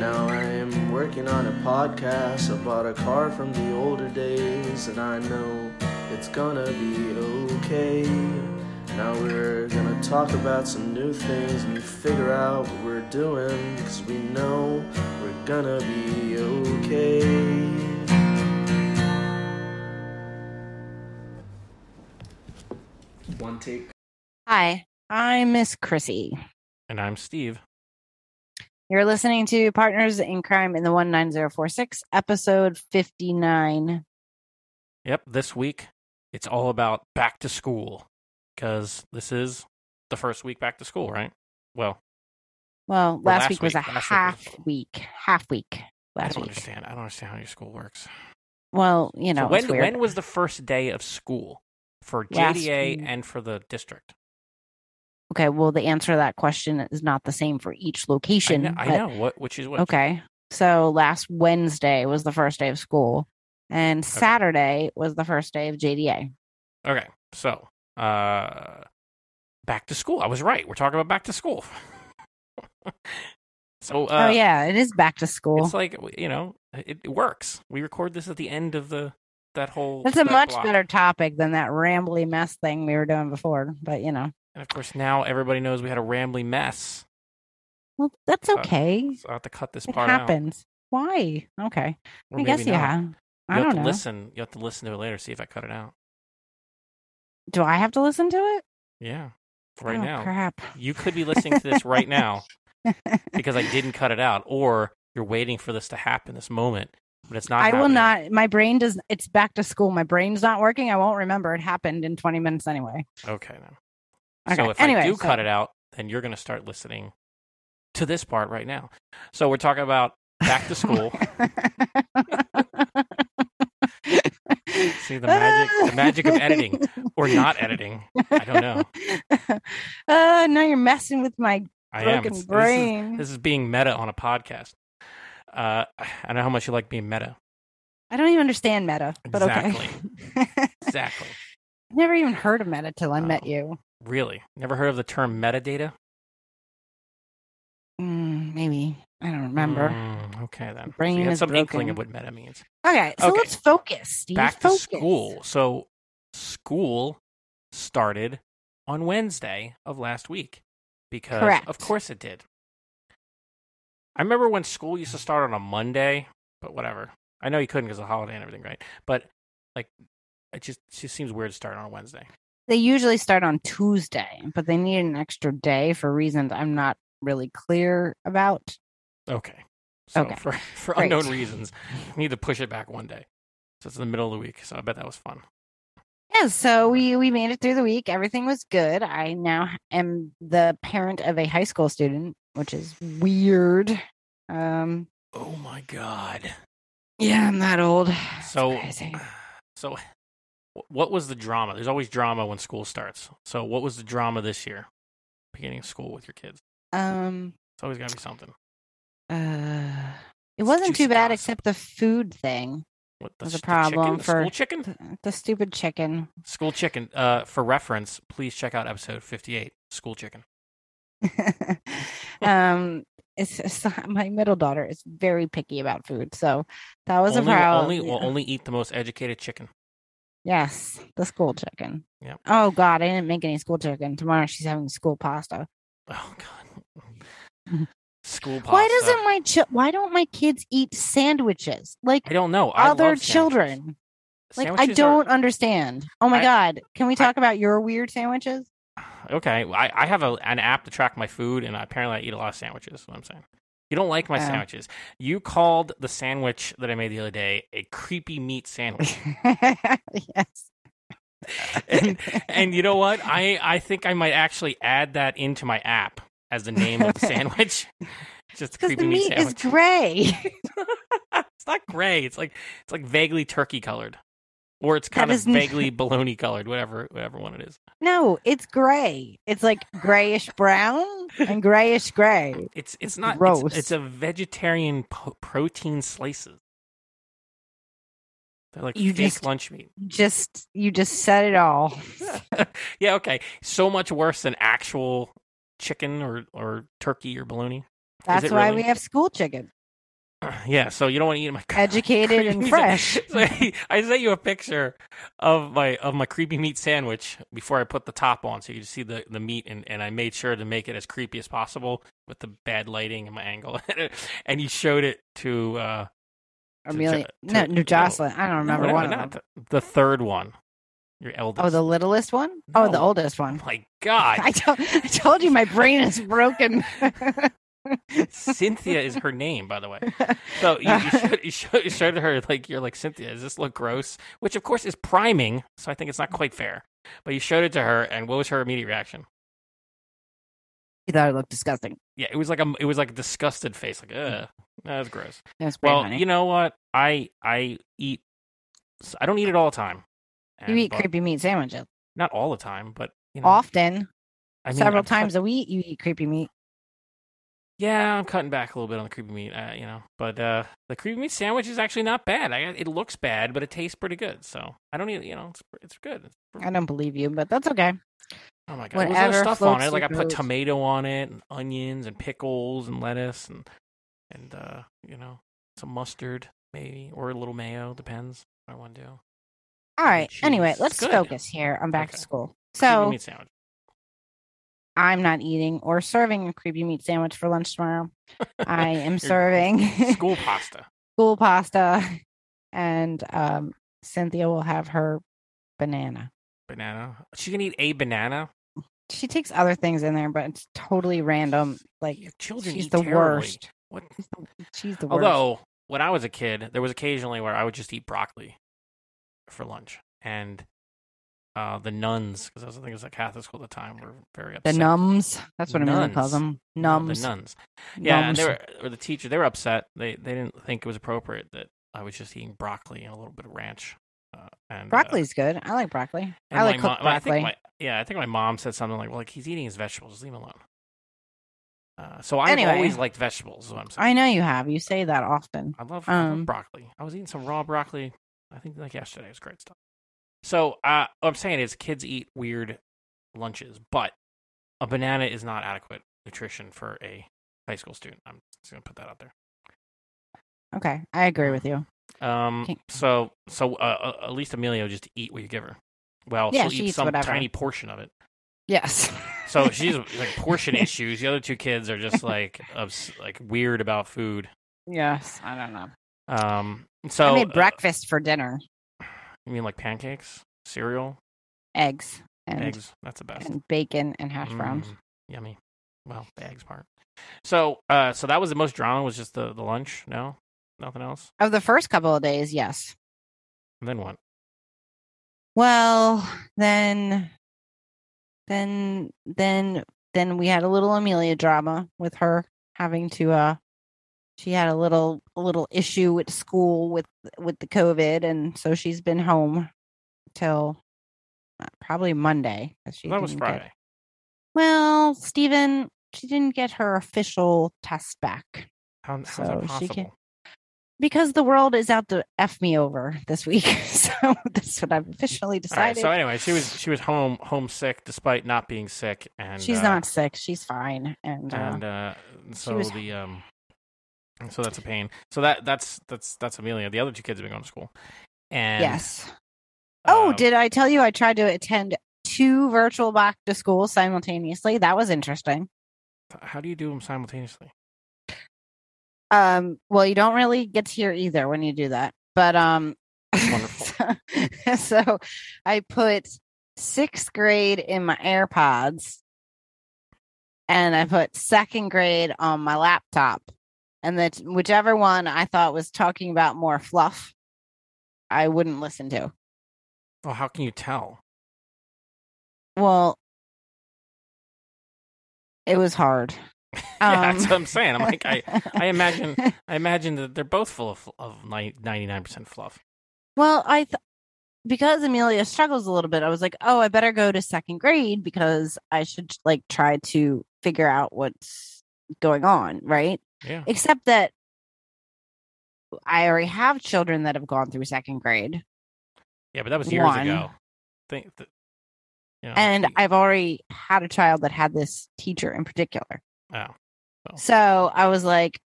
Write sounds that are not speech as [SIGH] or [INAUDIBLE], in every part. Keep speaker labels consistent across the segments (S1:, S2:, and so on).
S1: Now I am working on a podcast. I bought a car from the older days, and I know it's gonna be okay. Now we're gonna talk about some new things and figure out what we're doing, cause we know we're gonna be okay. One take.
S2: Hi, I'm Miss Chrissy.
S3: And I'm Steve.
S2: You're listening to Partners in Crime in the 19046, episode 59.
S3: Yep, this week it's all about back to school because this is the first week back to school, right? Well,
S2: Well,
S3: Well,
S2: last,
S3: last
S2: week was
S3: week-
S2: a
S3: last week was-
S2: half week, half week
S3: I
S2: last
S3: don't
S2: week.
S3: understand. I don't understand how your school works.
S2: Well, you
S3: So
S2: know, it's
S3: when
S2: weird.
S3: when was the first day of school for
S2: Last
S3: JDA
S2: week.
S3: and for the district?
S2: okay, well, the answer to that question is not the same for each
S3: I
S2: location.
S3: know, I
S2: but-
S3: know what which is what.
S2: Okay. So last Wednesday was the first day of school, and Saturday was the first day of JDA.
S3: Okay. So, uh back to school. I was right. We're talking about back to school. [LAUGHS] so uh
S2: oh, yeah, it is back to school.
S3: It's like you know, it, it works. We record this at the end of the that whole.
S2: That's a
S3: that
S2: much
S3: block.
S2: better topic than that rambly mess thing we were doing before, but you know.
S3: And of course, now everybody knows we had a rambly mess.
S2: Well, that's
S3: Uh,
S2: okay.
S3: So I have to cut this
S2: it
S3: part out.
S2: happens. Why? Okay.
S3: Or
S2: I guess
S3: maybe not.
S2: yeah.
S3: You
S2: I
S3: have
S2: don't
S3: to
S2: know.
S3: listen. You have to listen to it later. See if I cut it out.
S2: Do I have to listen to it?
S3: Yeah, right
S2: oh,
S3: now
S2: Crap.
S3: you
S2: [LAUGHS]
S3: could be listening to this right now because I didn't cut it out, or you're waiting for this to happen this moment, but it's not.
S2: I will
S3: happening.
S2: not. My brain does. It's back to school. My brain's not working. I won't remember. It happened in 20 minutes anyway.
S3: Okay. Then.
S2: Okay.
S3: So if
S2: anyway,
S3: I do
S2: so-
S3: cut it out, then you're going to start listening to this part right now. So we're talking about back
S2: [LAUGHS]
S3: to school. See the magic, the magic of editing or not editing. I don't
S2: [LAUGHS]
S3: know.
S2: Uh, now you're messing with my
S3: I am.
S2: broken
S3: It's- This
S2: brain.
S3: is, this is being meta on a podcast. Uh, I know how much you like
S2: [LAUGHS]
S3: being meta.
S2: I don't even understand meta, but [LAUGHS] okay.
S3: Exactly.
S2: Never even heard of meta till I
S3: Oh.
S2: met you.
S3: really? Never heard of the term metadata?
S2: Mm, maybe I don't remember.
S3: Mm, okay, then.
S2: Brain
S3: so you had
S2: is
S3: some inkling of what
S2: broken.
S3: meta means.
S2: Okay, so
S3: Okay.
S2: let's focus. Steve.
S3: back
S2: focus.
S3: to school. So school started on Wednesday of last week because of
S2: Correct.
S3: course it did. I remember when school used to start on a Monday, but whatever. I know you couldn't because of the holiday and everything, right? But like, it just it just seems weird to start on a Wednesday.
S2: They usually start on Tuesday, but they need an extra day for reasons I'm not really clear about.
S3: Okay. So
S2: Okay.
S3: for [LAUGHS] for
S2: Great.
S3: unknown reasons, we need to push it back one day. So it's in the middle of the week. So I bet that was fun.
S2: Yes, so we we made it through the week. Everything was good. I now am the parent of a high school student, which is weird. Um,
S3: Oh my god.
S2: yeah, I'm that old. It's
S3: So,
S2: crazy.
S3: so wh- what was the drama? There's always drama when school starts. So, what was the drama this year, beginning of school with your kids?
S2: um,
S3: It's always got to be something.
S2: uh, it
S3: It's
S2: wasn't too
S3: juicy
S2: bad
S3: gossip.
S2: except the food thing,
S3: What
S2: Was a
S3: sh-
S2: problem
S3: chicken? The
S2: for-
S3: school chicken?
S2: the, the stupid chicken. [LAUGHS]
S3: School chicken. Uh, for reference, please check out episode 58, school chicken.
S2: um, it's, it's my middle daughter is very picky about food, so that was
S3: only,
S2: a problem.
S3: Only will only eat the most educated chicken.
S2: Yes, the school chicken.
S3: Yep.
S2: Oh God, I didn't make any school chicken. Tomorrow she's having school pasta.
S3: Oh God.
S2: [LAUGHS]
S3: school pasta.
S2: Why doesn't my chi- why don't my kids eat sandwiches like
S3: I don't know.
S2: other
S3: I love sandwiches.
S2: children? Like I
S3: Sandwiches are-
S2: don't understand. Oh my
S3: I-
S2: God, can we
S3: I-
S2: talk about your weird sandwiches?
S3: Okay, well, I, I have a, an app to track my food, and apparently I eat a lot of sandwiches. Is what I'm saying, you don't like my
S2: Oh.
S3: sandwiches. You called the sandwich that I made the other day a creepy
S2: [LAUGHS]
S3: meat sandwich,
S2: yes.
S3: and
S2: [LAUGHS]
S3: and you know what?
S2: [LAUGHS]
S3: I I think I might actually add that into my app as the name of the sandwich. just
S2: because
S3: creepy
S2: the meat is
S3: sandwich.
S2: gray. [LAUGHS]
S3: [LAUGHS] it's not gray. It's like it's like vaguely turkey colored, or it's kind of
S2: is n-
S3: vaguely bologna colored. Whatever, whatever one it is.
S2: no, it's gray. It's like grayish brown and grayish gray.
S3: It's it's not it's-
S2: gross.
S3: It's, a vegetarian po- protein slices. They're like
S2: You
S3: fake
S2: just-
S3: lunch meat.
S2: Just you just said it all.
S3: yeah, okay. So much worse than actual chicken or or turkey or bologna. [CLEARS THROAT]
S2: That's
S3: it
S2: why
S3: really?
S2: we have school
S3: [LAUGHS]
S2: chicken.
S3: Yeah, so you don't want to eat my [LAUGHS]
S2: Educated and
S3: creepy-
S2: fresh.
S3: [LAUGHS] So I, I sent you a picture of my of my creepy meat sandwich before I put the top on, so you could see the the meat, and and I made sure to make it as creepy as possible with the bad lighting and my angle. [LAUGHS] and you showed it to uh, To Jo-
S2: Amelia,
S3: to-
S2: no,
S3: no.
S2: no, Jocelyn. I don't remember
S3: no,
S2: one
S3: not
S2: of them.
S3: the- the third one, your eldest.
S2: Oh, the littlest one. Oh, the
S3: No.
S2: oldest
S3: oh
S2: one.
S3: my god.
S2: [LAUGHS]
S3: [LAUGHS]
S2: I, to- I told you my brain is broken. [LAUGHS]
S3: Cynthia is her name, by the way. So you, you, showed, you, showed, you showed her like you're like Cynthia. Does this look gross? Which of course is priming, so I think it's not quite fair. But you showed it to her, and what was her immediate reaction?
S2: you thought it looked disgusting.
S3: Yeah, it was like a it was like a disgusted face, like ugh, that's gross.
S2: That's pretty
S3: Well,
S2: funny.
S3: you know what? I I eat. I don't eat it all the time.
S2: You
S3: and-
S2: eat
S3: but-
S2: creepy meat sandwiches
S3: Not all the time, but you know,
S2: often,
S3: I mean,
S2: several
S3: I'm cut-
S2: times a week. You eat creepy meat.
S3: yeah, I'm cutting back a little bit on the creepy meat. Uh, you know, but uh, the creepy meat sandwich is actually not bad. I, it looks bad, but it tastes pretty good. So I don't eat. You know, it's it's good. It's
S2: I don't believe you, but that's okay.
S3: Oh my god! There's
S2: Whatever
S3: other stuff on
S2: floats
S3: it.
S2: your
S3: Like I put
S2: boat.
S3: tomato on it, and onions, and pickles, and lettuce, and and uh, you know some mustard maybe, or a little mayo. Depends what I want to do.
S2: All right. Anyway,
S3: Jeez.
S2: let's
S3: Good.
S2: focus here. I'm back
S3: Okay.
S2: to school.
S3: Creamy
S2: So
S3: meat sandwich.
S2: I'm not eating or serving a creepy meat sandwich for lunch tomorrow. I am
S3: Your
S2: serving
S3: [LAUGHS] school pasta.
S2: [LAUGHS] school pasta, and um, Cynthia will have her banana.
S3: Banana. She can eat a banana.
S2: She takes other things in there, but it's totally random. Like
S3: Your children
S2: she's
S3: eat
S2: the
S3: terribly.
S2: worst.
S3: What?
S2: she's the worst.
S3: Although when I was a kid, there was occasionally where I would just eat broccoli for lunch, and uh, the nuns, because I was I think it was a Catholic school at the time, were very
S2: the
S3: upset.
S2: numbs. That's what Amelia calls
S3: Nuns.
S2: them.
S3: No,
S2: Numbs.
S3: The nuns. Yeah, and
S2: Numbs.
S3: they were or the teacher. They were upset. They they didn't think it was appropriate that I was just eating broccoli and a little bit of ranch. Uh, and Uh,
S2: Broccoli's good. I like broccoli.
S3: and
S2: I like
S3: my
S2: cooked
S3: mom- I
S2: broccoli.
S3: think my, yeah, I think my mom said something like, "Well, like he's eating his vegetables. Just leave him alone." Uh, so I've
S2: Anyway.
S3: always liked vegetables. Is what I'm saying.
S2: I know you have. You say that often.
S3: I love, I love
S2: um,
S3: broccoli. I was eating some raw broccoli. I think like yesterday it was great stuff. So uh, what I'm saying is, kids eat weird lunches, but a banana is not adequate nutrition for a high school student. I'm just gonna put that out there.
S2: Okay, I
S3: Uh-huh.
S2: agree with you.
S3: Um.
S2: Okay.
S3: So so uh, uh, at least Amelia will just eat what you give her. Well,
S2: Yeah,
S3: she'll
S2: she
S3: eat
S2: eats
S3: some
S2: whatever.
S3: tiny portion of it.
S2: [LAUGHS] Yes.
S3: So she's like
S2: [LAUGHS]
S3: portion issues. The other two kids are just like obs- like weird about food.
S2: yes, I don't know.
S3: Um. So
S2: I made
S3: uh,
S2: breakfast for dinner:
S3: you mean like pancakes, cereal,
S2: eggs and
S3: eggs? That's the best.
S2: and bacon and hash browns.
S3: Mm, yummy. Well, the eggs part. So uh, so that was the most drama was just the the lunch. No, nothing else.
S2: Of the first couple of days, yes.
S3: And then what?
S2: Well, then, then, then, then we had a little Amelia drama with her having to. uh She had a little a little issue at school with with the COVID, and so she's been home till uh, probably Monday. 'cause She
S3: That was
S2: didn't get-
S3: Friday.
S2: Well, Stephen, she didn't get her official test back
S3: How, how's
S2: So
S3: that
S2: she can-
S3: possible?
S2: because the world is out to f me over this week. [LAUGHS] So that's what I've officially
S3: All right.
S2: decided.
S3: So anyway, she was she was home homesick despite not being sick, and
S2: She's
S3: uh,
S2: not sick. She's fine. And, uh,
S3: And uh, so
S2: was-
S3: the um, so that's a pain. So that that's that's that's Amelia. The other two kids have been going to school. And
S2: yes. Oh,
S3: uh,
S2: did I tell you I tried to attend two virtual back to school simultaneously? That was interesting.
S3: how do you do them simultaneously?
S2: Um, well, you don't really get to hear either when you do that, but um, [LAUGHS]
S3: Wonderful.
S2: so, so I put sixth grade in my AirPods and I put second grade on my laptop, and that whichever one I thought was talking about more fluff, I wouldn't listen to.
S3: Well, how can you tell? [LAUGHS]
S2: Well, it was hard.
S3: [LAUGHS]
S2: Um,
S3: yeah, that's what I'm saying. I'm like, I, I imagine, I imagine that they're both full of of ninety nine percent fluff.
S2: [LAUGHS] Well, I th- because Amelia struggles a little bit, I was like, oh, I better go to second grade because I should like try to figure out what's going on, right?
S3: Yeah,
S2: Except that I already have children that have gone through second grade,
S3: yeah, but that was years
S2: One.
S3: ago. Think, that you know,
S2: and
S3: you-
S2: I've already had a child that had this teacher in particular.
S3: oh, Oh.
S2: So I was like,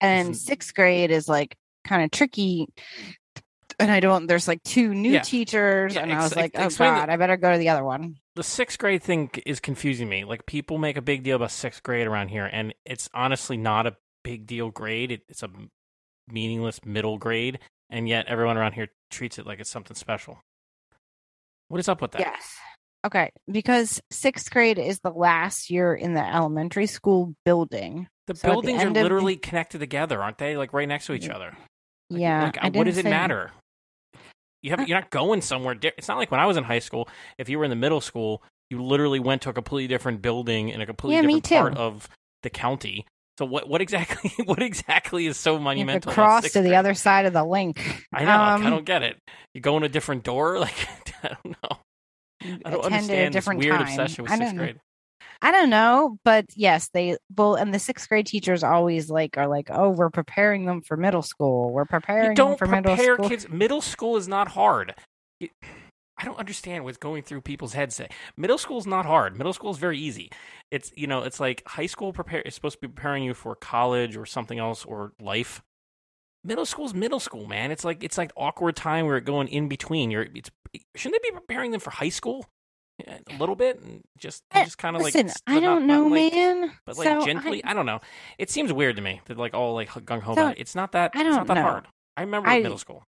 S2: and
S3: Isn't-
S2: sixth grade is like kind of tricky. And I don't, there's like two new
S3: Yeah.
S2: teachers.
S3: Yeah,
S2: and I
S3: ex-
S2: was like,
S3: ex-
S2: oh
S3: explain the-
S2: God, I better go to the other one.
S3: the sixth grade thing is confusing me. Like people make a big deal about sixth grade around here, and it's honestly not a big deal grade. It, it's a meaningless middle grade, and yet everyone around here treats it like it's something special. What is up with that?
S2: Yes. Okay. Because sixth grade is the last year in the elementary school building.
S3: The
S2: So at the
S3: buildings are
S2: end of the- Mm.
S3: literally connected together, aren't they? Like right next to each
S2: Yeah.
S3: other.
S2: yeah.
S3: Like,
S2: I
S3: uh, what
S2: didn't
S3: does it
S2: say-
S3: matter? You have you're not going somewhere. Di- it's not like when I was in high school. If you were in the middle school, you literally went to a completely different building in a completely
S2: Yeah, me
S3: different part
S2: too.
S3: of the county. So what what exactly [LAUGHS] what exactly is so
S2: You have to
S3: monumental? about
S2: cross
S3: sixth
S2: to the
S3: grade?
S2: other side of the link.
S3: I know. like, I
S2: Um,
S3: don't get it. You go in a different door. [LAUGHS] Like I don't know. I
S2: attended
S3: don't
S2: a
S3: understand this
S2: different
S3: weird
S2: time.
S3: obsession with
S2: I
S3: sixth
S2: don't-
S3: grade.
S2: I don't know, but yes, they well, and the sixth grade teachers always like are like, oh, we're preparing them for middle school. We're preparing
S3: You don't
S2: them for
S3: prepare
S2: middle school.
S3: kids. Middle school is not hard. You- I don't understand what's going through people's heads. Today. Middle school is not hard. Middle school is very easy. It's you know, it's like high school prepare is supposed to be preparing you for college or something else or life. Middle school is middle school, man. It's like it's like awkward time where it's going in between. You're it's shouldn't they be preparing them for high school Yeah, a little bit and just
S2: Eh,
S3: just kind of like
S2: Listen,
S3: s-
S2: I
S3: not-
S2: don't
S3: not
S2: know,
S3: like-
S2: man.
S3: but like
S2: so I-
S3: gently. I, don't know. It seems weird to me that like all like gung ho
S2: So,
S3: about it. It's not that.
S2: I
S3: it's not
S2: don't
S3: that
S2: know.
S3: hard. I remember
S2: I-
S3: middle school.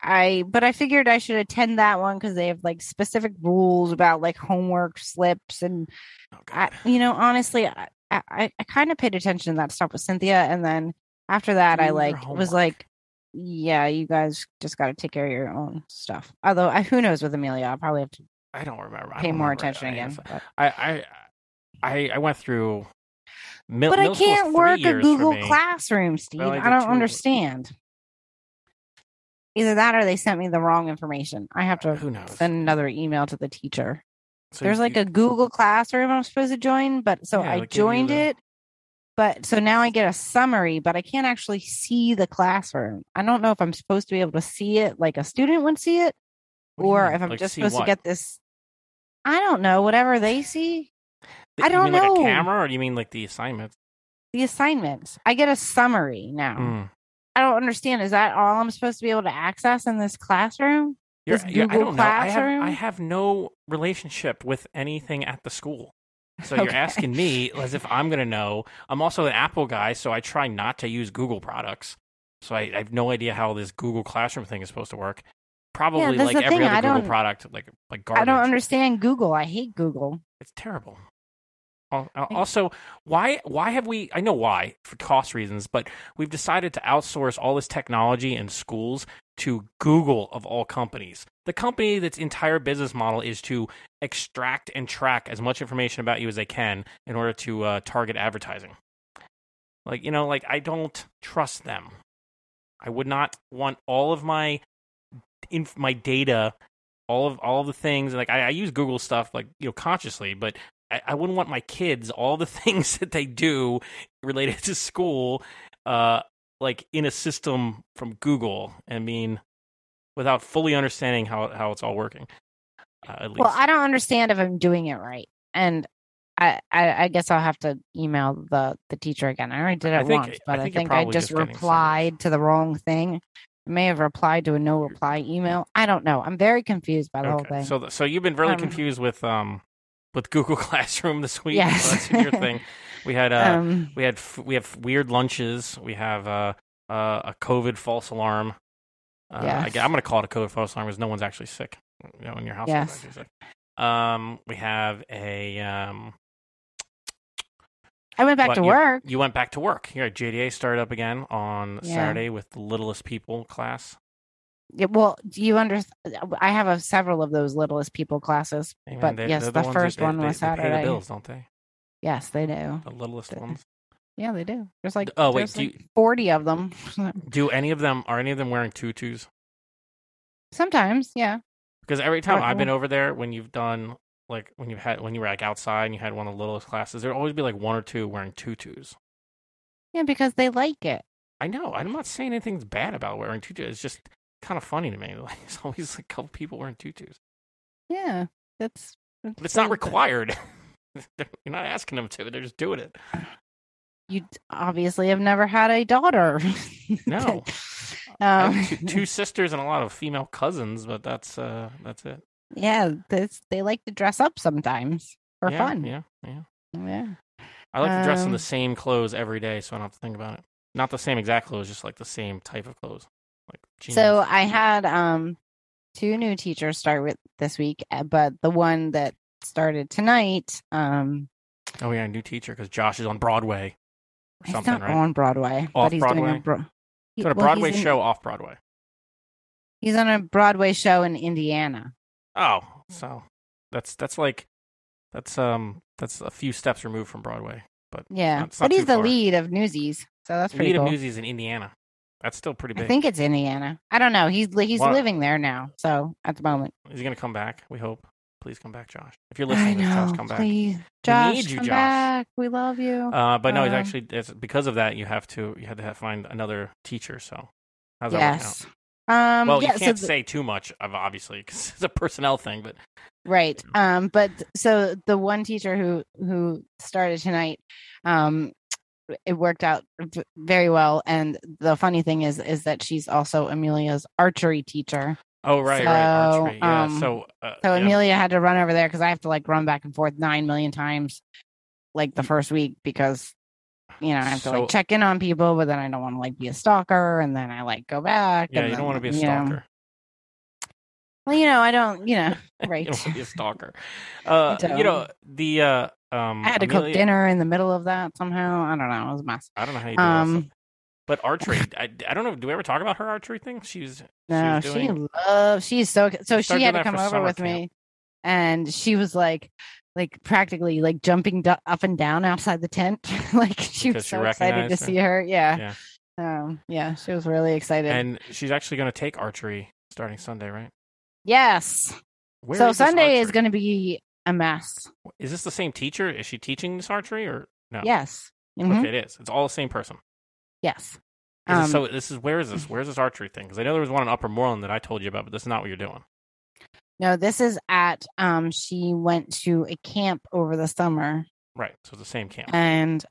S2: I but I figured I should attend that one because they have like specific rules about like homework slips and
S3: Oh,
S2: I,
S3: God.
S2: you know honestly I I, I kind of paid attention to that stuff with Cynthia and then after that
S3: Do
S2: I
S3: your
S2: like was
S3: homework.
S2: like yeah you guys just got to take care of your own stuff although I, who knows with Amelia I'll probably have to
S3: I don't remember. I
S2: pay
S3: don't
S2: more
S3: remember it.
S2: attention
S3: I- uh,
S2: again
S3: if-
S2: but,
S3: I I I, I went through. Mil-
S2: But I
S3: middle school was
S2: can't
S3: three
S2: work a
S3: years for
S2: Google
S3: me.
S2: Classroom Steve
S3: I
S2: I,
S3: did
S2: don't
S3: too.
S2: understand either that or they sent me the wrong information I have to
S3: Who knows?
S2: send another email to the teacher
S3: So
S2: there's
S3: you-
S2: like a Google Classroom I'm supposed to join, but so I
S3: Yeah, they'll give you
S2: joined
S3: the-
S2: it. But so now I get a summary, but I can't actually see the classroom. I don't know if I'm supposed to be able to see it like a student would see it,
S3: what do you
S2: or
S3: mean?
S2: if I'm
S3: Like,
S2: just
S3: see
S2: supposed
S3: what?
S2: to get this. I don't know. Whatever they see,
S3: Th-
S2: I
S3: you mean
S2: don't
S3: Like a
S2: know.
S3: camera, or do you mean like the assignments?
S2: the assignments. I get a summary now.
S3: Mm.
S2: I don't understand. Is that all I'm supposed to be able to access in this classroom?
S3: You're-
S2: This
S3: you're- I
S2: Google
S3: don't know. I have,
S2: Classroom?
S3: I have no relationship with anything at the school. So you're
S2: Okay.
S3: asking me as if I'm going to know. I'm also an Apple guy, so I try not to use Google products. So I, I have no idea how this Google Classroom thing is supposed to work. Probably
S2: that's
S3: like
S2: the
S3: every
S2: thing,
S3: other
S2: I
S3: Google
S2: don't-
S3: product, like like garbage.
S2: I don't understand Google. I hate Google.
S3: It's terrible. Al- al- Also, why why have we? I know why for cost reasons, but we've decided to outsource all this technology in schools to Google of all companies. The company that's entire business model is to extract and track as much information about you as they can in order to uh, target advertising. Like you know, like I don't trust them. I would not want all of my inf- my data, all of all of the things. Like I, I use Google stuff like you know consciously, but I, I wouldn't want my kids all the [LAUGHS] things that they do related to school, uh, like in a system from Google. I mean, without fully understanding how how it's all working. Uh, at least,
S2: Well, I don't understand if I'm doing it right, and I, I, I guess I'll have to email the the teacher again. I already did it
S3: I think-
S2: once, but
S3: I
S2: I
S3: think you're
S2: think I
S3: probably
S2: just
S3: just getting somewhere.
S2: replied to the wrong thing. I may have replied to a no reply email. I don't know. I'm very confused by the whole
S3: okay.
S2: thing.
S3: So th- so you've been really
S2: Um,
S3: confused with um with Google [LAUGHS] Classroom this week.
S2: Yes.
S3: So that's been
S2: [LAUGHS]
S3: your thing. We had uh,
S2: um,
S3: We had f- we have weird lunches. We have uh, uh, a COVID false alarm. Uh,
S2: Yes.
S3: I, am going to call it a COVID false alarm because no one's actually sick. You know, in your house.
S2: Yes.
S3: Um, we have a. Um,
S2: I went back
S3: what,
S2: to
S3: you-
S2: work.
S3: you went back to work. Your JDA started up again on
S2: Yeah.
S3: Saturday with the littlest people class.
S2: Yeah, well, do you under? I have a, several of those littlest people classes,
S3: Hey, man,
S2: but
S3: they-
S2: yes,
S3: they're
S2: the
S3: ones that-
S2: first
S3: they-
S2: one
S3: they-
S2: was
S3: they pay the
S2: Saturday.
S3: bills, don't they?
S2: Yes, they do.
S3: The littlest
S2: Th-
S3: ones.
S2: Yeah, they do. There's like
S3: Oh, wait,
S2: there's
S3: do
S2: like forty of them.
S3: Do any of them are any of them wearing tutus?
S2: Sometimes, yeah.
S3: Because every time
S2: Uh,
S3: I've been over there, when you've done like when you had when you were like outside and you had one of the littlest classes, there'd always be like one or two wearing tutus.
S2: Yeah, because they like it.
S3: I know. I'm not saying anything's bad about wearing tutus. It's just kind of funny to me. [LAUGHS] Like, there's always like, a couple people wearing tutus.
S2: Yeah. That's
S3: But it's not required. [LAUGHS] They're- You're not asking them to. They're just doing it.
S2: You d- obviously have never had a daughter. [LAUGHS]
S3: No. I
S2: um,
S3: have two, two sisters and a lot of female cousins, but that's uh that's it.
S2: [LAUGHS] yeah, that's, they like to dress up sometimes for
S3: yeah,
S2: fun.
S3: Yeah, yeah.
S2: yeah.
S3: I like to dress in
S2: Um,
S3: the same clothes every day, so I don't have to think about it. Not the same exact clothes, just like the same type of clothes, like jeans.
S2: So I had um two new teachers start with this week, uh, but the one that started tonight um
S3: oh yeah, a new teacher because Josh is on Broadway or
S2: he's
S3: something,
S2: not
S3: right?
S2: on Broadway,
S3: Off
S2: but he's doing
S3: Broadway?
S2: a, bro- he-
S3: He's on a
S2: well, he's
S3: Broadway
S2: in-
S3: show off Broadway.
S2: He's on a Broadway show in Indiana.
S3: Oh, so that's that's like that's um that's a few steps removed from Broadway.
S2: Yeah,
S3: That's not
S2: but he's
S3: too
S2: the
S3: far.
S2: lead of Newsies, so that's pretty
S3: Lead
S2: cool.
S3: of Newsies in Indiana. That's still pretty big.
S2: I think it's Indiana. I don't know. He's li- he's
S3: Why-
S2: living there now, so at the moment.
S3: He's gonna come back. We hope. Please come back, Josh. If you're listening, to this, Josh, come back.
S2: please, Josh,
S3: need you,
S2: come
S3: Josh.
S2: back. We love you.
S3: Uh, but no, he's
S2: Um,
S3: actually it's because of that you have to you had to have, find another teacher. So how's that working out?
S2: yes. Um,
S3: well,
S2: yeah,
S3: you
S2: so
S3: can't
S2: th-
S3: say too much, of obviously, because it's a personnel thing. But
S2: right um but th- so the one teacher who who started tonight um it worked out v- very well and the funny thing is is that she's also amelia's archery teacher
S3: oh right, right,
S2: So,
S3: archery. Yeah.
S2: um,
S3: so uh,
S2: so
S3: yeah,
S2: amelia had to run over there because i have to like run back and forth nine million times like the first week because you know i have to
S3: So-
S2: like check in on people but then i don't want to like be a stalker and then i like go back
S3: yeah,
S2: and
S3: you don't
S2: then,
S3: want to be a
S2: you know.
S3: stalker.
S2: well you know i don't you know [LAUGHS] right
S3: you don't [LAUGHS] want to be a stalker. Uh, you know the uh, um.
S2: i had to
S3: Amelia-
S2: cook dinner in the middle of that somehow i don't know it was a mess
S3: I don't know how you do um,
S2: Um,
S3: But
S2: [LAUGHS]
S3: archery, I, I don't know. Do we ever talk about her archery thing? She's
S2: no,
S3: she was
S2: she
S3: doing.
S2: loves. She's so so. She
S3: She started
S2: had to
S3: doing that
S2: come
S3: for
S2: over
S3: summer
S2: with
S3: camp.
S2: me, and she was like, like practically like jumping du- up and down outside the tent. [LAUGHS] like she
S3: Because
S2: was
S3: she
S2: so excited to
S3: recognized her.
S2: see her. Yeah, yeah, um, yeah. She was really excited.
S3: and she's actually going to take archery starting Sunday, right?
S2: yes.
S3: Where
S2: so
S3: is this
S2: Sunday is
S3: archery?
S2: going to be a mess.
S3: Is this the same teacher? Is she teaching this archery or no?
S2: Yes. Mhm.
S3: Oh. Okay, it is. It's all the same person.
S2: Yes.
S3: Is this-
S2: Um,
S3: so this is where is this? Where's this archery thing? Because I know there was one in Upper Moreland that I told you about, but this is not what you're doing.
S2: no, this is at. Um, she went to a camp over the summer
S3: Right. So it's the same camp.
S2: and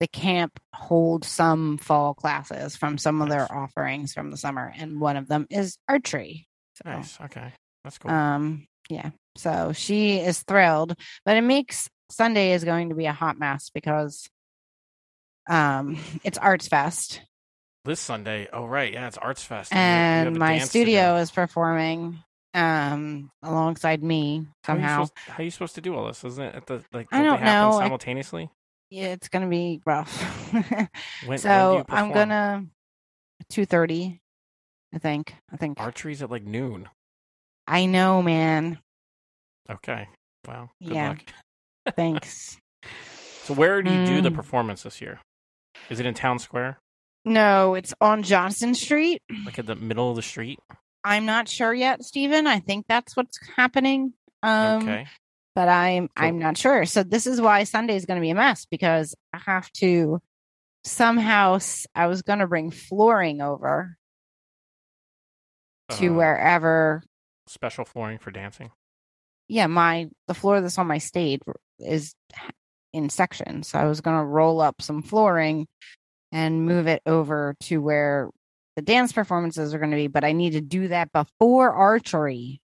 S2: the camp holds some fall classes from some of
S3: Nice.
S2: their offerings from the summer and one of them is archery so
S3: nice. Okay. That's cool.
S2: oh. um yeah so she is thrilled but it makes sunday is going to be a hot mess because um it's arts fest
S3: this Sunday. Oh right. Yeah, it's Arts Fest. you- you have
S2: and
S3: a
S2: my
S3: dance to do.
S2: studio is performing um alongside me
S3: How are you
S2: somehow
S3: supposed- how are you supposed to do all this? Isn't it at the like?
S2: I
S3: don't
S2: don't
S3: they happen
S2: know. I-
S3: Simultaneously.
S2: yeah it's gonna be rough [LAUGHS]
S3: When- when do
S2: so
S3: you
S2: i'm
S3: perform?
S2: gonna 2.30 i think i think
S3: Archery's at like noon.
S2: I know,
S3: [LAUGHS]
S2: man.
S3: Okay. Wow. Good
S2: Yeah.
S3: luck.
S2: Thanks.
S3: So where do you do the
S2: Mm.
S3: performance this year? Is it in Town Square,
S2: no, it's on Johnson Street.
S3: like at the middle of the street?
S2: I'm not sure yet, Stephen. I think that's what's happening. Um,
S3: okay.
S2: But I'm
S3: So-
S2: I'm not sure. So this is why Sunday is going to be a mess because I have to somehow. s- I was going to bring flooring over to
S3: Uh,
S2: wherever.
S3: special flooring for dancing.
S2: Yeah, my the floor that's on my stage is in sections. So I was going to roll up some flooring and move it over to where the dance performances are going to be, but I need to do that before archery.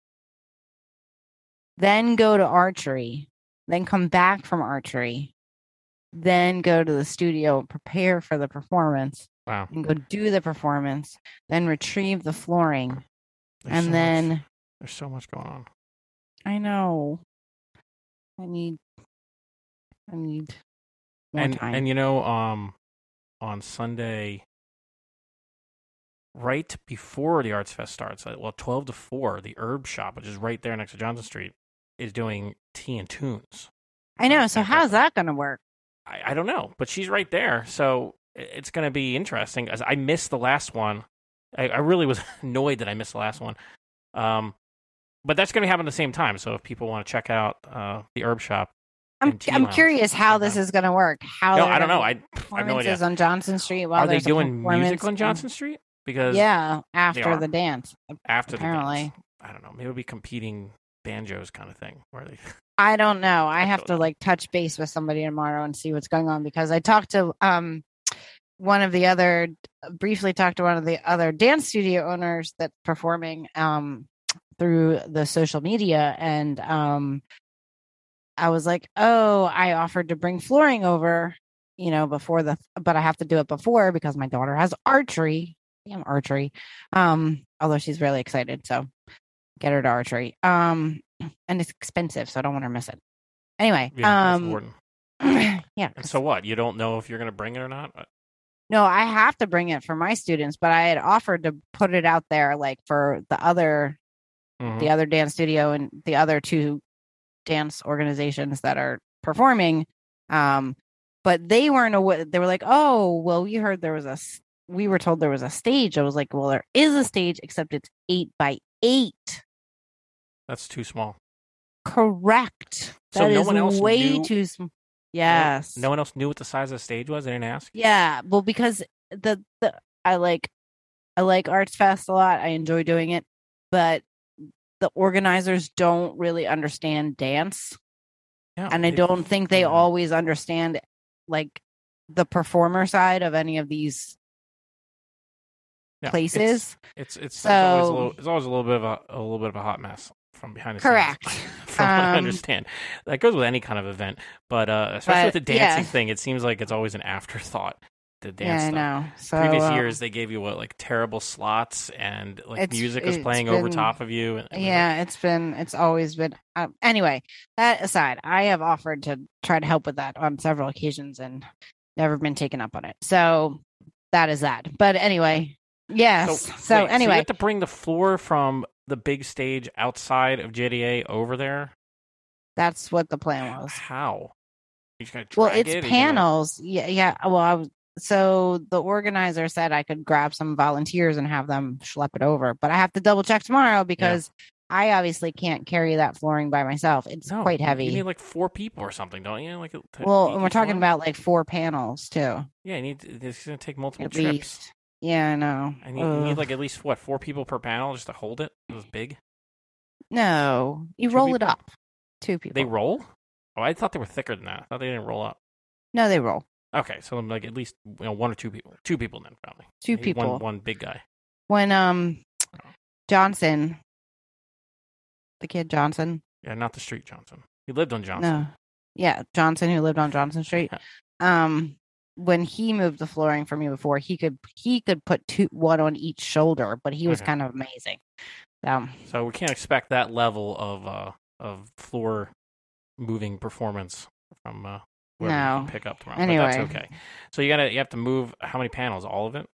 S2: Then go to archery, then come back from archery, then go to the studio, prepare for the performance,
S3: Wow.
S2: and go do the performance, then retrieve the flooring.
S3: There's so
S2: and
S3: much-
S2: then
S3: there's so much going on.
S2: I know. I need I need more
S3: and
S2: time.
S3: and you know, um, on Sunday, right before the Arts Fest starts, uh, well, twelve to four, the Herb Shop, which is right there next to Johnson Street, is doing tea and tunes.
S2: I know. So
S3: Okay.
S2: how's that going to work?
S3: I, I don't know, but she's right there, so i- it's going to be interesting. As I missed the last one, I, I really was [LAUGHS] annoyed that I missed the last one. Um, but that's going to happen at the same time. So if people want to check out uh, the herb shop,
S2: I'm
S3: And tea
S2: I'm
S3: lounge.
S2: curious how
S3: Hold
S2: this
S3: on.
S2: is going to work. How
S3: no,
S2: they're
S3: I don't
S2: gonna
S3: know.
S2: do
S3: I, I have no idea.
S2: performances on Johnson Street. While
S3: Are they
S2: there's a
S3: doing music
S2: performance
S3: on Johnson Street? Because
S2: Yeah, after
S3: are.
S2: the dance.
S3: after the
S2: Apparently.
S3: dance, I don't know. Maybe it'll be competing banjos kind of thing. Where they [LAUGHS]
S2: I don't know. I
S3: I
S2: have
S3: don't
S2: to
S3: know.
S2: like touch base with somebody tomorrow and see what's going on because I talked to um one of the other briefly talked to one of the other dance studio owners that's performing um through the social media and um I was like, "Oh, I offered to bring flooring over, you know, before the but I have to do it before because my daughter has archery. Damn archery. Um although she's really excited, so get her to archery. Um and it's expensive, so I don't want her to miss it. Anyway,
S3: yeah, it's
S2: um,
S3: Warden.
S2: [CLEARS THROAT] yeah.
S3: And so what? You don't know if you're going to bring it or not. Uh,
S2: no, I have to bring it for my students, but I had offered to put it out there, like for the other
S3: mhm.
S2: the other dance studio and the other two dance organizations that are performing. Um, but they weren't aware. They were like, "Oh, well, we heard there was a. s- We were told there was a stage." I was like, "Well, there is a stage, except it's eight by eight.
S3: That's too small.
S2: Correct.
S3: So
S2: That
S3: no
S2: is
S3: one else
S2: way
S3: knew-
S2: too. Sm- yes.
S3: No one else knew what the size of the stage was. They didn't ask.
S2: Yeah, well, because the the I like I like Arts Fest a lot. I enjoy doing it, but the organizers don't really understand dance,
S3: Yeah,
S2: and I
S3: they-
S2: don't think they
S3: yeah.
S2: always understand like the performer side of any of these
S3: No, it's-
S2: places.
S3: It's it's, it's always a
S2: So-
S3: little, it's always a little bit of a, a little bit of a hot mess from behind the
S2: Correct.
S3: scenes. [LAUGHS] from what
S2: Um,
S3: I understand, that goes with any kind of event, but uh, especially
S2: But,
S3: with the dancing
S2: yeah.
S3: thing, it seems like it's always an afterthought. The
S2: [LAUGHS] Yeah, I
S3: dance stuff.
S2: know. So
S3: Previous
S2: uh,
S3: years, they gave you what like terrible slots and like
S2: It's-
S3: music was
S2: it's
S3: playing over
S2: been-
S3: top of you. and- and
S2: Yeah, it's been it's always been. Um, anyway, that aside, I have offered to try to help with that on several occasions and never been taken up on it. So that is that. But anyway, yes. So,
S3: wait, you
S2: anyway,
S3: have to bring the floor from the big stage outside of JDA over there.
S2: that's what the plan was.
S3: How? You just gotta
S2: Well,
S3: drag
S2: it's
S3: it, or you gonna-
S2: panels. Yeah, yeah. Well, I was, so the organizer said I could grab some volunteers and have them schlep it over, but I have to double check tomorrow because I obviously can't carry that flooring by myself. It's
S3: No,
S2: quite
S3: you-
S2: heavy.
S3: You need like four people or something, don't you? Like, to-
S2: well,
S3: eat
S2: and we're
S3: each
S2: talking
S3: one?
S2: about like four panels too.
S3: Yeah, you need. It's gonna take multiple
S2: at
S3: trips.
S2: least. Yeah, I know.
S3: I need, you need
S2: Ugh.
S3: like at least what four people per panel just to hold it. It was big.
S2: no, you
S3: two
S2: roll it
S3: people?
S2: up. Two people.
S3: They roll. Oh, I thought they were thicker than that. I thought they didn't roll up.
S2: No, they roll.
S3: Okay, so I'm like at least you know, one or two people. Two people then probably.
S2: Two
S3: Maybe
S2: people.
S3: One one big guy.
S2: When um Johnson, the kid Johnson,
S3: Yeah, not the street Johnson. He lived on Johnson.
S2: no, yeah, Johnson who lived on Johnson Street. Um, when he moved the flooring for me before, he could he could put two one on each shoulder, but he was
S3: Okay.
S2: kind of amazing. Um, So
S3: So we can't expect that level of uh of floor moving performance from uh wherever you can
S2: No.
S3: pick up from. But
S2: Anyway.
S3: that's okay. So you gotta you have to move how many panels? All of it?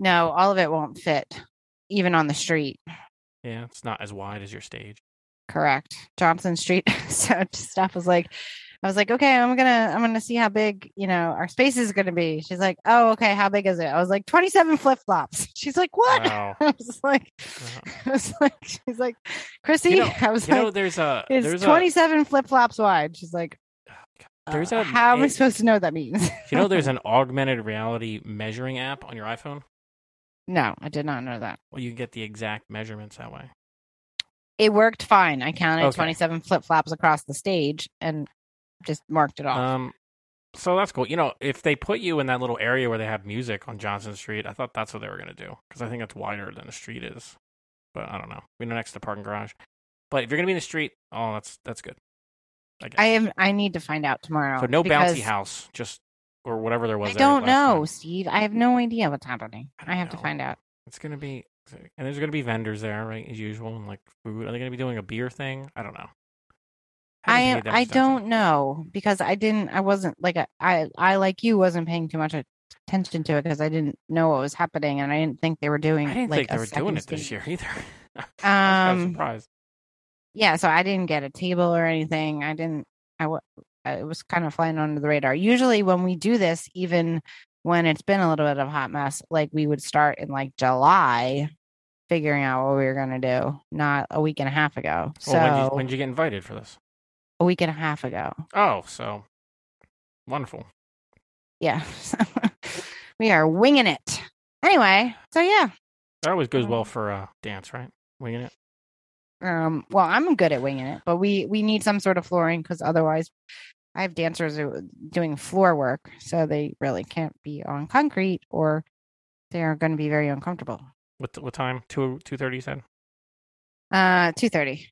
S2: no, all of it won't fit, even on the street.
S3: Yeah, it's not as wide as your stage.
S2: correct johnson street [LAUGHS] so steph was like i was like okay i'm gonna i'm gonna see how big you know our space is gonna be she's like oh okay how big is it i was like 27 flip-flops [LAUGHS] she's like what [LAUGHS]
S3: Wow.
S2: i was like i was like she's like chrissy
S3: You know-
S2: [LAUGHS] i was
S3: you know,
S2: like
S3: there's a there's
S2: it's 27 flip-flops wide she's like
S3: a [SIGHS] there's
S2: "Uh,
S3: a
S2: how am i
S3: it-
S2: supposed to know what that means [LAUGHS]
S3: you know there's an augmented reality measuring app on your iPhone.
S2: no i did not know that
S3: Well, you can get the exact measurements that way.
S2: it worked fine i counted
S3: Okay.
S2: 27 flip-flops across the stage and just marked it off
S3: Um, so that's cool. You know, if they put you in that little area where they have music on Johnson Street, I thought that's what they were gonna do because I think it's wider than the street is. But I don't know. We know next to parking garage. But if you're gonna be in the street, oh, that's that's good. I guess.
S2: I am. I need to find out tomorrow.
S3: so no bouncy
S2: because
S3: house, just or whatever there was.
S2: I
S3: there
S2: don't
S3: last time.
S2: know, Steve. I have no idea what's happening.
S3: I
S2: I,
S3: don't
S2: have to
S3: know.
S2: find out.
S3: It's gonna be and there's gonna be vendors there, right, as usual, and like food. Are they gonna be doing a beer thing? I don't know.
S2: I
S3: haven't
S2: am.
S3: paid that
S2: I
S3: much attention.
S2: don't know because I didn't. I wasn't like I. I, I like you wasn't paying too much attention to it because I didn't know what was happening and I didn't think they were doing.
S3: I didn't
S2: like,
S3: think they
S2: a
S3: were
S2: second
S3: doing it this
S2: stage.
S3: year either. [LAUGHS] I was kind of
S2: Um,
S3: surprised.
S2: Yeah, so I didn't get a table or anything. I didn't. I wa- I was kind of flying under the radar. Usually, when we do this, even when it's been a little bit of a hot mess, like we would start in like July, figuring out what we were going to do, not a week and a half ago. So
S3: Well, Oh, when, did you, when did you get invited for this?
S2: a week and a half ago,
S3: Oh, so wonderful.
S2: yeah, [LAUGHS] so we are winging it. Anyway, so yeah,
S3: That always goes well for uh, dance, right? Winging it.
S2: um well i'm good at winging it but we we need some sort of flooring because otherwise i have dancers who doing floor work so they really can't be on concrete or they're going to be very uncomfortable
S3: What what time? Two two thirty. You said.
S2: uh 2.30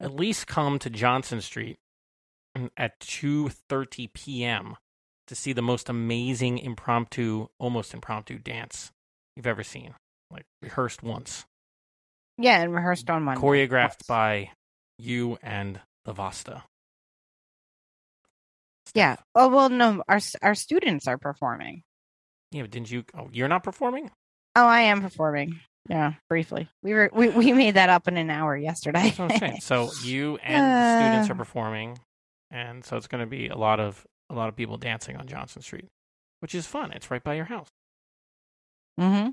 S3: At least come to Johnson Street at two thirty p.m. to see the most amazing impromptu, almost impromptu dance you've ever seen. Like rehearsed once,
S2: yeah and rehearsed on monday once.
S3: choreographed by you and the Vasta.
S2: yeah oh well no our s- our students are performing
S3: Yeah, but didn't you? Oh, you're not performing.
S2: oh i am performing yeah briefly we were we, we made that up in an hour yesterday
S3: That's what I'm saying. So you and the students are performing, and so it's going to be a lot of a lot of people dancing on Johnson Street, which is fun. It's right by your house
S2: [LAUGHS] mm-hmm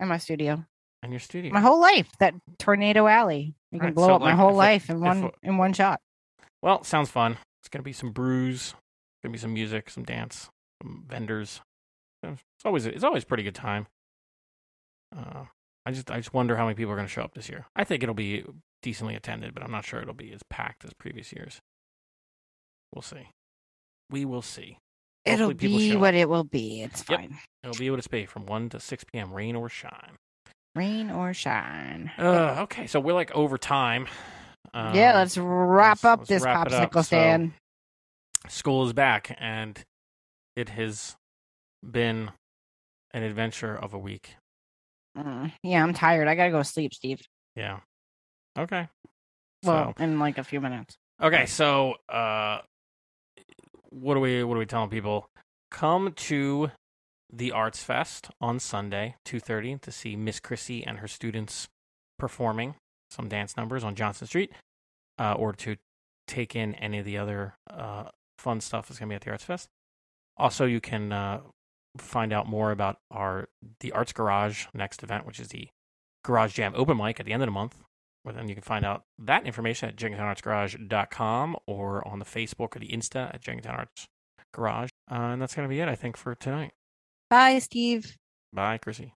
S2: in my studio
S3: and your studio.
S2: my whole life that tornado alley you can
S3: Right,
S2: blow
S3: so,
S2: up my
S3: like,
S2: whole
S3: if it-
S2: life in
S3: if
S2: one
S3: it-
S2: in one shot
S3: well, sounds fun. It's going to be some brews, going to be some music, some dance, some vendors. It's always it's always a pretty good time. Uh, I just I just wonder how many people are going to show up this year. I think it'll be decently attended, but I'm not sure it'll be as packed as previous years. We'll see. We will see.
S2: It'll
S3: Hopefully people
S2: be
S3: show
S2: what it will be. It's
S3: Yep.
S2: fine.
S3: It'll be able to stay from 1 to 6 p.m., rain or shine.
S2: Rain or shine.
S3: Uh, okay, so we're like over time. Um,
S2: yeah, let's wrap
S3: let's-
S2: up
S3: let's
S2: this
S3: wrap it up.
S2: popsicle
S3: So-
S2: stand.
S3: School is back, and it has been an adventure of a week.
S2: Mm, yeah, I'm tired. I gotta go sleep, Steve.
S3: Yeah. Okay.
S2: Well,
S3: So,
S2: in like a few minutes.
S3: okay, so uh, what are we what are we telling people? Come to the Arts Fest on Sunday, 2:30 to see Miss Chrissy and her students performing some dance numbers on Johnson Street, uh, or to take in any of the other uh, fun stuff that's going to be at the Arts Fest. Also, you can uh, find out more about our the Arts Garage next event, which is the Garage Jam open mic at the end of the month. Well, then you can find out that information at jenkintownartsgarage.com or on the Facebook or the Insta at Jenkintown Arts Garage. Uh, and that's going to be it, I think, for tonight.
S2: Bye, Steve.
S3: Bye, Chrissy.